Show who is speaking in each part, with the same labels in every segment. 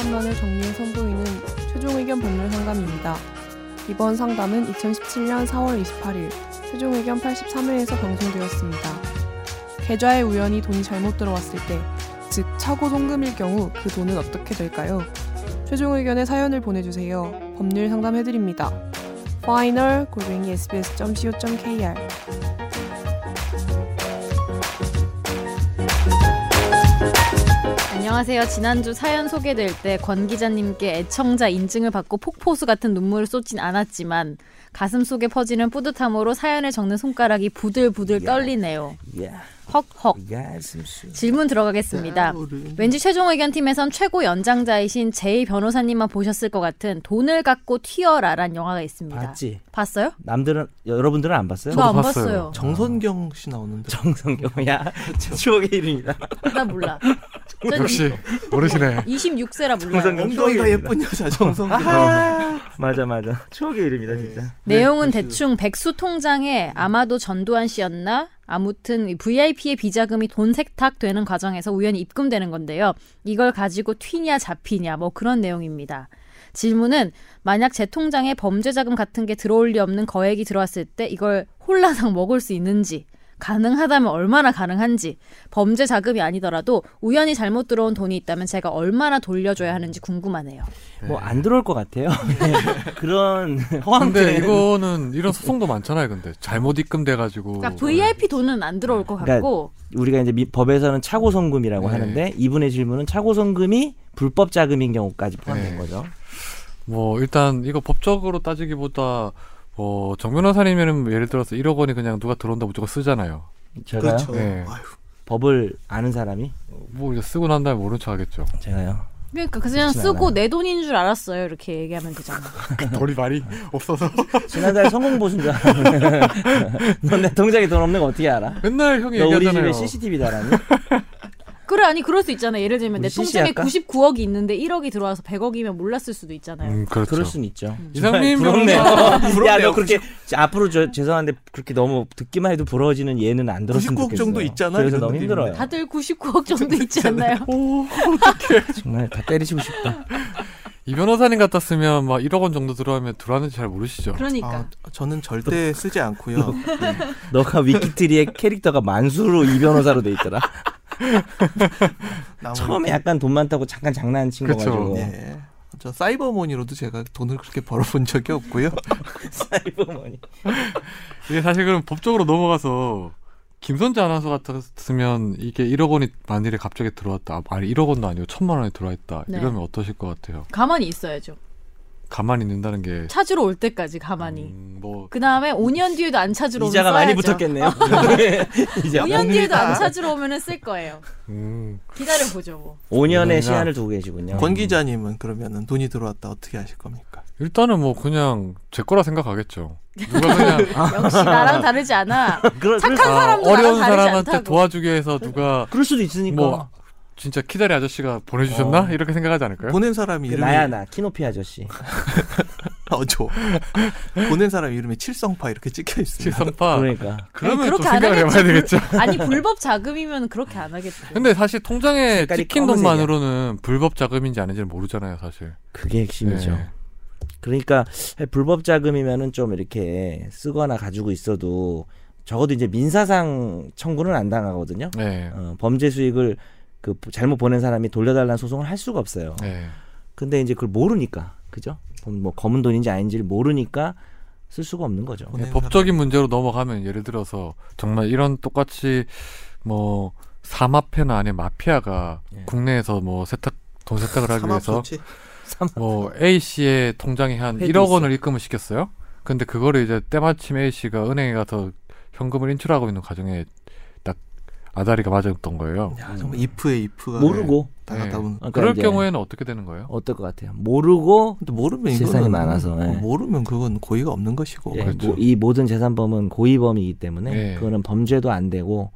Speaker 1: 진행을 선보이는 최종 의견 법률 상담입니다. 이번 상담은 2017년 4월 28일 최종 의견 83회에서 방송되었습니다. 계좌에 우연히 돈이 잘못 들어왔을 때, 즉 차고 송금일 경우 그 돈은 어떻게 될까요? 최종 의견의 사연을 보내주세요. 법률 상담해드립니다. final 골뱅이 sbs.co.kr
Speaker 2: 안녕하세요. 지난주 사연 소개될 때 권 기자님께 애청자 인증을 받고 폭포수 같은 눈물을 쏟진 않았지만 가슴 속에 퍼지는 뿌듯함으로 사연을 적는 손가락이 부들부들 떨리네요.
Speaker 3: 야,
Speaker 2: 헉헉.
Speaker 3: 가슴수.
Speaker 2: 질문 들어가겠습니다. 왠지 최종 의견 팀에선 최고 연장자이신 제이 변호사님만 보셨을 것 같은 돈을 갖고 튀어라란 영화가 있습니다.
Speaker 3: 봤지? 네.
Speaker 2: 봤어요?
Speaker 3: 남들은 여러분들은 안 봤어요?
Speaker 2: 나 안
Speaker 4: 봤어요.
Speaker 2: 봤어요.
Speaker 5: 정선경 씨 나오는데
Speaker 4: 아,
Speaker 3: 정성경야 추억의 이름이다.
Speaker 4: 네,
Speaker 2: 나 몰라.
Speaker 4: 역시 어르시네.
Speaker 2: 26세라 몰라요.
Speaker 3: 아,
Speaker 5: 엉덩이가 예쁜 여자 정선경
Speaker 3: 맞아 맞아. 추억의 이름이다
Speaker 4: 네.
Speaker 3: 진짜.
Speaker 2: 내용은 대충 백수 통장에 아마도 전두환 씨였나? 아무튼 이 VIP의 비자금이 돈 세탁되는 과정에서 우연히 입금되는 건데요. 이걸 가지고 튀냐 잡히냐 뭐 그런 내용입니다. 질문은 만약 제 통장에 범죄 자금 같은 게 들어올 리 없는 거액이 들어왔을 때 이걸 홀라당 먹을 수 있는지 가능하다면 얼마나 가능한지 범죄 자금이 아니더라도 우연히 잘못 들어온 돈이 있다면 제가 얼마나 돌려줘야 하는지 궁금하네요.
Speaker 3: 뭐 안 들어올 것 같아요. 그런 허황.
Speaker 4: 네. 근데 이거는 이런 소송도 많잖아요. 근데 잘못 입금돼가지고.
Speaker 2: 그러니까 VIP 돈은 안 들어올 것
Speaker 3: 어, 네. 그러니까
Speaker 2: 같고
Speaker 3: 우리가 이제 미- 법에서는 차고 성금이라고
Speaker 4: 네.
Speaker 3: 하는데 이분의 질문은 차고 성금이 불법 자금인 경우까지 포함된
Speaker 4: 네.
Speaker 3: 거죠.
Speaker 4: 뭐 일단 이거 법적으로 따지기보다 뭐정 변호사님은 예를 들어서 1억 원이 그냥 누가 들어온다 무조건 쓰잖아요.
Speaker 3: 제가요?
Speaker 4: 네.
Speaker 3: 법을 아는 사람이
Speaker 4: 뭐 이제 쓰고 난 다음에 모른 척하겠죠.
Speaker 3: 제가요.
Speaker 2: 그러니까 그냥
Speaker 3: 그렇진
Speaker 2: 쓰고
Speaker 3: 않아요.
Speaker 2: 내 돈인 줄 알았어요 이렇게 얘기하면 되잖아.
Speaker 4: 돈이 많이 없어서.
Speaker 3: 지난달 성공 보신 줄 알았는데 넌내 통장에 돈 없는 거 어떻게 알아?
Speaker 4: 맨날 형이
Speaker 3: 너 우리 집에
Speaker 4: 얘기하잖아요.
Speaker 3: CCTV다라니?
Speaker 2: 그래 아니 그럴 수 있잖아. 예를 들면 내
Speaker 3: 우리 CC
Speaker 2: 통장에
Speaker 3: 할까?
Speaker 2: 99억이 있는데 1억이 들어와서 100억이면 몰랐을 수도 있잖아요.
Speaker 4: 음 그렇죠.
Speaker 3: 그럴 순 있죠.
Speaker 4: 이상민
Speaker 3: 부럽네요.
Speaker 4: 변호사.
Speaker 3: 야,
Speaker 5: 부럽네요. 그렇죠.
Speaker 3: 너 그렇게 앞으로 저, 죄송한데 그렇게 너무 듣기만 해도 부러워지는 예는 안 들었으면
Speaker 5: 99억
Speaker 3: 좋겠어요.
Speaker 5: 정도 있잖아,
Speaker 3: 그래서
Speaker 5: 이런
Speaker 3: 너무
Speaker 5: 느낌.
Speaker 3: 힘들어요.
Speaker 2: 다들 99억 정도 있지 않나요?
Speaker 5: 아,
Speaker 3: 정말 다 때리시고 싶다.
Speaker 4: 이 변호사님 같았으면 막 1억 원 정도 들어오면 들어왔는지 잘 모르시죠.
Speaker 2: 그러니까
Speaker 5: 아, 저는 절대 쓰지 않고요.
Speaker 3: 너가 위키트리의 캐릭터가 만수로 이 변호사로 돼 있더라.
Speaker 5: 나머지-
Speaker 3: 처음에 약간 돈 많다고 잠깐 장난친 거
Speaker 4: 그쵸.
Speaker 3: 가지고
Speaker 5: 네. 저 사이버머니로도 제가 돈을 그렇게 벌어본 적이 없고요.
Speaker 3: 사이버머니. 뭐
Speaker 4: 이게 사실 그럼 법적으로 넘어가서 김선재 아나운서 같았으면 이게 1억 원이 만일에 갑자기 들어왔다. 아니 1억 원도 아니고 천만 원이 들어왔다.
Speaker 2: 네.
Speaker 4: 이러면 어떠실 것 같아요?
Speaker 2: 가만히 있어야죠.
Speaker 4: 가만히 있는다는 게
Speaker 2: 찾으러 올 때까지 가만히.
Speaker 4: 음, 뭐
Speaker 2: 그 다음에 5년 뒤에도 안 찾으러 오면
Speaker 3: 이자가 많이
Speaker 2: 써야죠. 어.
Speaker 3: 붙었겠네요. 이자.
Speaker 2: 5년 뒤에도 안
Speaker 5: 봅니다.
Speaker 2: 찾으러 오면은 쓸 거예요.
Speaker 4: 음,
Speaker 2: 기다려 보죠 뭐.
Speaker 3: 5년의
Speaker 4: 그러니까.
Speaker 3: 시한을 두고 계시군요.
Speaker 5: 권 기자님은 그러면은 돈이 들어왔다 어떻게 하실 겁니까?
Speaker 4: 일단은 뭐 그냥 제 거라 생각하겠죠. 누가 그냥
Speaker 2: 역시 나랑 다르지 않아.
Speaker 3: 그럴,
Speaker 2: 착한
Speaker 4: 아,
Speaker 2: 사람도 나랑
Speaker 4: 어려운
Speaker 2: 다르지
Speaker 4: 사람한테
Speaker 2: 않다고.
Speaker 4: 도와주기 위해서 누가
Speaker 3: 그럴 수도 있으니까.
Speaker 4: 뭐 진짜 키다리 아저씨가 보내주셨나
Speaker 3: 어.
Speaker 4: 이렇게 생각하지 않을까요?
Speaker 5: 보낸 사람 이름이
Speaker 3: 그 나야 나 키노피 아저씨.
Speaker 5: 어, 저 보낸 사람 이름이 칠성파 이렇게 찍혀 있습니다.
Speaker 4: 칠선파
Speaker 3: 그러니까
Speaker 4: 그러면 좀
Speaker 2: 그렇게 안
Speaker 4: 생각을 해봐야 되겠죠.
Speaker 2: 아니 불법 자금이면 그렇게 안 하겠죠.
Speaker 4: 근데 사실 통장에
Speaker 3: 색깔이
Speaker 4: 찍힌
Speaker 3: 검은색이야.
Speaker 4: 돈만으로는 불법 자금인지 아닌지는 모르잖아요, 사실.
Speaker 3: 그게 핵심이죠.
Speaker 4: 네.
Speaker 3: 그러니까 불법 자금이면은 좀 이렇게 쓰거나 가지고 있어도 적어도 이제 민사상 청구는 안 당하거든요.
Speaker 4: 네.
Speaker 3: 어, 범죄 수익을 그 잘못 보낸 사람이 돌려달라는 소송을 할 수가 없어요.
Speaker 4: 네.
Speaker 3: 근데 이제 그걸 모르니까 그죠? 그럼 뭐 검은 돈인지 아닌지를 모르니까 쓸 수가 없는 거죠.
Speaker 4: 네.
Speaker 5: 보낸
Speaker 4: 예, 법적인 문제로 넘어가면 예를 들어서 정말 이런 똑같이 뭐 사마페나 아닌 마피아가
Speaker 3: 예.
Speaker 4: 국내에서 뭐 세탁 돈 세탁을
Speaker 5: 사람
Speaker 4: 하기 위해서
Speaker 5: 삼합조치?
Speaker 4: 뭐 A 씨의 통장에 한
Speaker 3: 회도
Speaker 4: 1억
Speaker 3: 있어.
Speaker 4: 원을 입금을 시켰어요. 근데 그거를 이제 때마침 A 씨가 은행에 가서 현금을 인출하고 있는 과정에 딱 아다리가 맞았던 거예요.
Speaker 5: 야, 정말 if에 if가
Speaker 3: 모르고
Speaker 5: 다 갔다
Speaker 4: 네.
Speaker 5: 온.
Speaker 3: 그러니까
Speaker 4: 그럴
Speaker 3: 이제
Speaker 4: 경우에는 어떻게 되는 거예요?
Speaker 3: 어떨 것 같아요? 모르고
Speaker 5: 근데 모르면
Speaker 3: 실상이
Speaker 5: 이거는
Speaker 3: 많아서, 예.
Speaker 5: 모르면 그건 고의가 없는 것이고
Speaker 3: 예,
Speaker 4: 그렇죠.
Speaker 3: 뭐, 이 모든 재산범은 고의범이기 때문에
Speaker 4: 예.
Speaker 3: 그거는 범죄도 안 되고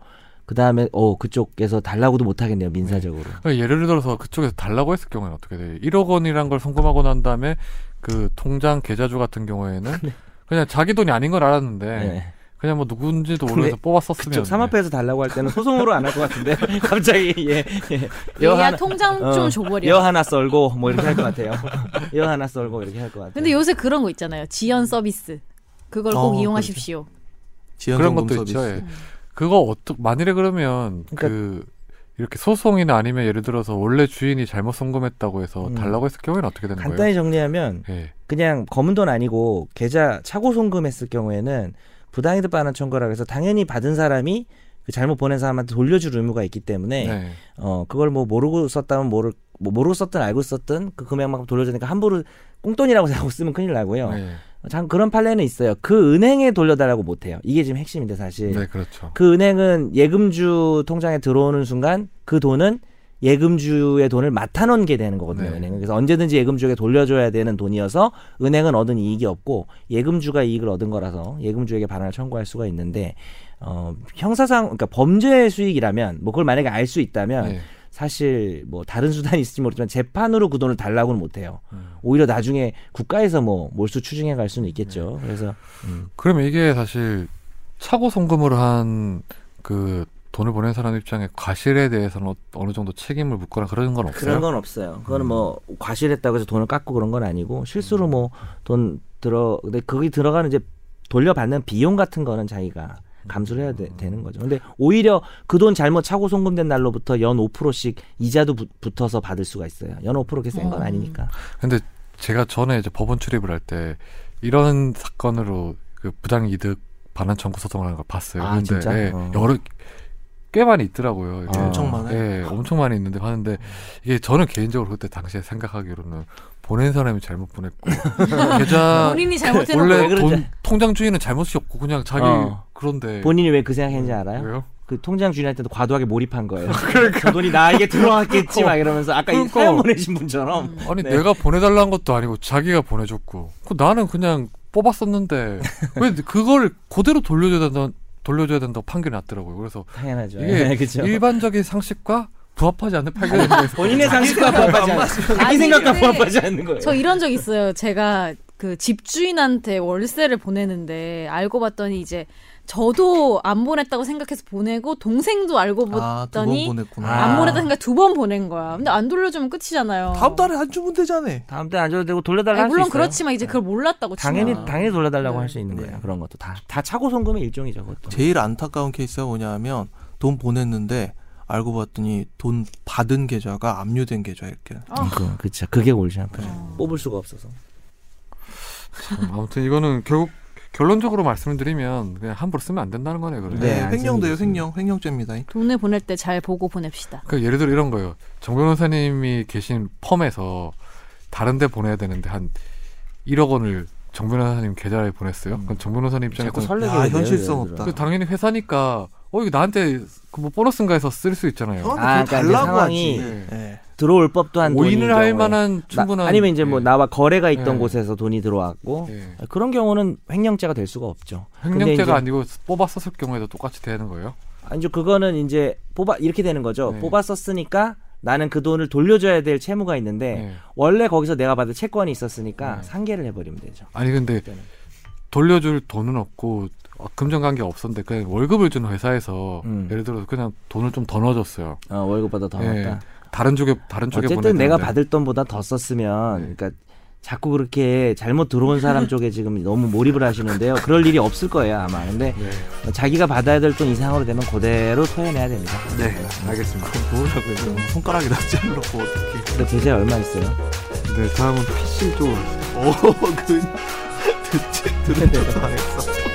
Speaker 3: 그 다음에 어 그쪽에서 달라고도 못 하겠네요 민사적으로.
Speaker 4: 그러니까 예를 들어서 그쪽에서 달라고 했을 경우에는 어떻게 돼요? 1억 원이란 걸 송금하고 난
Speaker 3: 네.
Speaker 4: 다음에 그 통장 계좌주 같은 경우에는 그냥 자기 돈이 아닌 걸 알았는데
Speaker 3: 예.
Speaker 4: 그냥 뭐 누군지도
Speaker 3: 근데
Speaker 4: 모르면서 뽑았었으면 네.
Speaker 3: 그쪽 삼합회에서 달라고 할 때는 소송으로 안 할 것 같은데 갑자기 예, 예. 여
Speaker 2: 얘야
Speaker 3: 하나
Speaker 2: 통장
Speaker 3: 어,
Speaker 2: 좀 줘버려.
Speaker 3: 여 하나 썰고 뭐 이렇게 할 것 같아요. 여 하나 썰고 이렇게 할 것 같아요.
Speaker 2: 근데 요새 그런 거 있잖아요. 지연 서비스. 그걸 꼭
Speaker 5: 어,
Speaker 2: 이용하십시오.
Speaker 5: 지연
Speaker 4: 그런
Speaker 5: 점검
Speaker 4: 것도
Speaker 5: 서비스.
Speaker 4: 있죠. 예. 그거 어떻 만일에 그러면 그
Speaker 3: 그러니까-
Speaker 4: 이렇게 소송이나 아니면 예를 들어서 원래 주인이 잘못 송금했다고 해서
Speaker 3: 음.
Speaker 4: 달라고 했을 경우에는 어떻게 되는
Speaker 3: 간단히 네. 정리하면
Speaker 4: 거예요? 예.
Speaker 3: 그냥 검은 돈 아니고 계좌 차고 송금했을 경우에는 부당이득 반환 청구라고 해서 당연히 받은 사람이 그 잘못 보낸 사람한테 돌려줄 의무가 있기 때문에
Speaker 4: 네.
Speaker 3: 어 그걸 뭐 모르고 썼다면 모르 뭐 모르고 썼든 알고 썼든 그 금액만큼 돌려주니까 함부로 꽁돈이라고 생각하고 쓰면 큰일 나고요.
Speaker 4: 네.
Speaker 3: 참 그런 판례는 있어요. 그 은행에 돌려달라고 못해요. 이게 지금 핵심인데 사실
Speaker 4: 네, 그렇죠.
Speaker 3: 그 은행은 예금주 통장에 들어오는 순간 그 돈은 예금주의 돈을 맡아놓은 게 되는 거거든요.
Speaker 4: 네.
Speaker 3: 은행은 그래서 언제든지 예금주에게 돌려줘야 되는 돈이어서 은행은 얻은 이익이 없고 예금주가 이익을 얻은 거라서 예금주에게 반환을 청구할 수가 있는데 어, 형사상 그러니까 범죄 수익이라면 뭐 그걸 만약에 알 수 있다면
Speaker 4: 네.
Speaker 3: 사실 뭐 다른 수단이 있을지 모르지만 재판으로 그 돈을 달라고는 못해요.
Speaker 4: 음.
Speaker 3: 오히려 나중에 국가에서 뭐 몰수 추징해 갈 수는 있겠죠.
Speaker 4: 네.
Speaker 3: 그래서
Speaker 4: 음. 그러면 이게 사실 차고 송금으로 한 그 돈을 보낸 사람 입장에 과실에 대해서는 어- 어느 정도 책임을 묻거나 그런 건 없어요.
Speaker 3: 그런 건 없어요. 그거는 뭐 과실했다고 해서 돈을 깎고 그런 건 아니고 실수로 뭐 돈 들어 근데 거기 들어가는 이제 돌려받는 비용 같은 거는 자기가 감수를 해야 되, 는 거죠. 근데 오히려 그 돈 잘못 차고 송금된 날로부터 연 5%씩 이자도 붙- 붙어서 받을 수가 있어요. 연 5%게 센 건
Speaker 2: 음.
Speaker 3: 아니니까.
Speaker 4: 근데 제가 전에 이제 법원 출입을 할 때 이런 사건으로 그 부당 이득 반환 청구 소송을 하는 걸 봤어요.
Speaker 3: 아, 진짜?
Speaker 4: 예,
Speaker 3: 어.
Speaker 4: 여러 꽤 많이 있더라고요. 이게.
Speaker 3: 아.
Speaker 5: 엄청 많아요?
Speaker 4: 예, 엄청 많이 있는데 봤는데 이게 저는 개인적으로 그때 당시에 생각하기로는 보낸 사람이 잘못 보냈고 계좌
Speaker 2: 본인이 잘못해놓고
Speaker 3: 왜
Speaker 4: 아, 원래
Speaker 3: 그러지?
Speaker 4: 돈 통장 주인은 잘못이 없고 그냥 자기
Speaker 3: 어.
Speaker 4: 그런데
Speaker 3: 본인이 왜 그 생각했는지 알아요?
Speaker 4: 네. 음. 왜요?
Speaker 3: 그 통장 주인할 때도 과도하게 몰입한 거예요. 그 돈이 나에게 들어왔겠지 막 이러면서 아까 이 사연
Speaker 4: 그러니까.
Speaker 3: 보내신 분처럼
Speaker 4: 아니
Speaker 3: 네.
Speaker 4: 내가 보내달라는 것도 아니고 자기가 보내줬고 그 나는 그냥 뽑았었는데 왜 그걸 그대로 돌려줘야 된다 돌려줘야 된다고 판결이 났더라고요. 그래서
Speaker 3: 당연하죠.
Speaker 4: 이게
Speaker 3: 네, 그죠.
Speaker 4: 일반적인 상식과 부합하지 않는 판결이 돼서
Speaker 3: 본인의 상식과 부합하지 않는 자기
Speaker 2: 아니,
Speaker 3: 생각과
Speaker 2: 근데
Speaker 3: 부합하지 않는 거예요.
Speaker 2: 저 이런 적 있어요. 제가 그 집주인한테 월세를 보내는데 알고 봤더니 이제 저도 안 보냈다고 생각해서 보내고 동생도 알고
Speaker 5: 아, 두 번
Speaker 2: 봤더니
Speaker 5: 보냈구나.
Speaker 2: 안
Speaker 3: 아.
Speaker 2: 보냈다 생각 두 번 보낸 거야. 근데 안 돌려주면 끝이잖아요.
Speaker 5: 다음 달에 안 주면 되잖아.
Speaker 3: 다음 때 안 줘도 되고 돌려달라
Speaker 2: 아니,
Speaker 3: 할수
Speaker 2: 물론
Speaker 3: 있어요.
Speaker 2: 그렇지만 이제 그걸 몰랐다고 치면.
Speaker 3: 당연히 당연히 돌려달라고
Speaker 2: 네.
Speaker 3: 할 수 있는
Speaker 5: 네.
Speaker 3: 거예요. 그런 것도 다 다 차고 송금의 일종이죠. 그것도.
Speaker 5: 제일 안타까운 케이스가 뭐냐면 돈 보냈는데 알고 봤더니 돈 받은 계좌가 압류된 계좌 이렇게.
Speaker 2: 아,
Speaker 3: 그, 그쵸. 그게 골치 아프죠. 뽑을 수가 없어서. 음,
Speaker 4: 참, 아무튼 이거는 결국 결론적으로 말씀드리면 그냥 함부로 쓰면 안 된다는 거네요. 그러면.
Speaker 3: 네,
Speaker 5: 네,
Speaker 3: 안 생기겠습니다.
Speaker 5: 횡령돼요,
Speaker 3: 아,
Speaker 5: 횡령, 횡령죄입니다.
Speaker 2: 돈을 보낼 때 잘 보고 보냅시다.
Speaker 4: 그 예를 들어 이런 거예요. 정 변호사님이 계신 펌에서 다른데 보내야 되는데 한 1억 원을 정 변호사님 계좌에 보냈어요. 그럼 정
Speaker 3: 음.
Speaker 4: 변호사님
Speaker 3: 자꾸
Speaker 4: 입장에서
Speaker 3: 설레게.
Speaker 5: 아,
Speaker 3: 되네요,
Speaker 5: 현실성
Speaker 3: 얘들아.
Speaker 5: 없다.
Speaker 4: 그 당연히 회사니까 어 이거 나한테 그뭐 보너스인가 해서 쓸 수 있잖아요.
Speaker 3: 아, 그러니까 이제 상황이
Speaker 5: 네.
Speaker 3: 들어올 법도 한 돈인
Speaker 4: 오인을 할
Speaker 3: 경우에.
Speaker 4: 만한
Speaker 3: 나-
Speaker 4: 충분한
Speaker 3: 아니면 이제 뭐
Speaker 4: 예.
Speaker 3: 나와 거래가 있던
Speaker 4: 예.
Speaker 3: 곳에서 돈이 들어왔고
Speaker 4: 예.
Speaker 3: 그런 경우는 횡령죄가 될 수가 없죠. 근데
Speaker 4: 횡령죄가
Speaker 3: 이제-
Speaker 4: 아니고 뽑았었을 경우에도 똑같이 되는 거예요.
Speaker 3: 아니 이제 그거는 이제 뽑아 이렇게 되는 거죠.
Speaker 4: 네.
Speaker 3: 뽑았었으니까 나는 그 돈을 돌려줘야 될 채무가 있는데
Speaker 4: 예.
Speaker 3: 원래 거기서 내가 받을 채권이 있었으니까
Speaker 4: 네.
Speaker 3: 상계를 해버리면 되죠.
Speaker 4: 아니 근데
Speaker 3: 그때는.
Speaker 4: 돌려줄 돈은 없고 어, 금전관계 없었는데 그냥 월급을 준 회사에서
Speaker 3: 음.
Speaker 4: 예를 들어서 그냥 돈을 좀 더 넣어줬어요.
Speaker 3: 어, 월급보다 더
Speaker 5: 네.
Speaker 4: 예.
Speaker 3: 많다.
Speaker 4: 다른 쪽에 다른 쪽에
Speaker 3: 어쨌든 내가
Speaker 4: 보내줬는데.
Speaker 3: 받을 돈보다 더 썼으면
Speaker 4: 네.
Speaker 3: 그러니까 자꾸 그렇게 잘못 들어온 사람 쪽에 지금 너무 몰입을 하시는데요. 그럴 일이 없을 거예요 아마. 근데 뭐
Speaker 4: 네.
Speaker 3: 자기가 받아야 될 돈 이상으로 되면 그대로 토해내야 됩니다.
Speaker 5: 네, 알겠습니다. 그럼 뭐라고 해서 손가락에다 찔러고 어떻게?
Speaker 3: 근데 계좌에 얼마 있어요?
Speaker 4: 네 다음은
Speaker 5: 오, 그 대체 들은 척 당했어.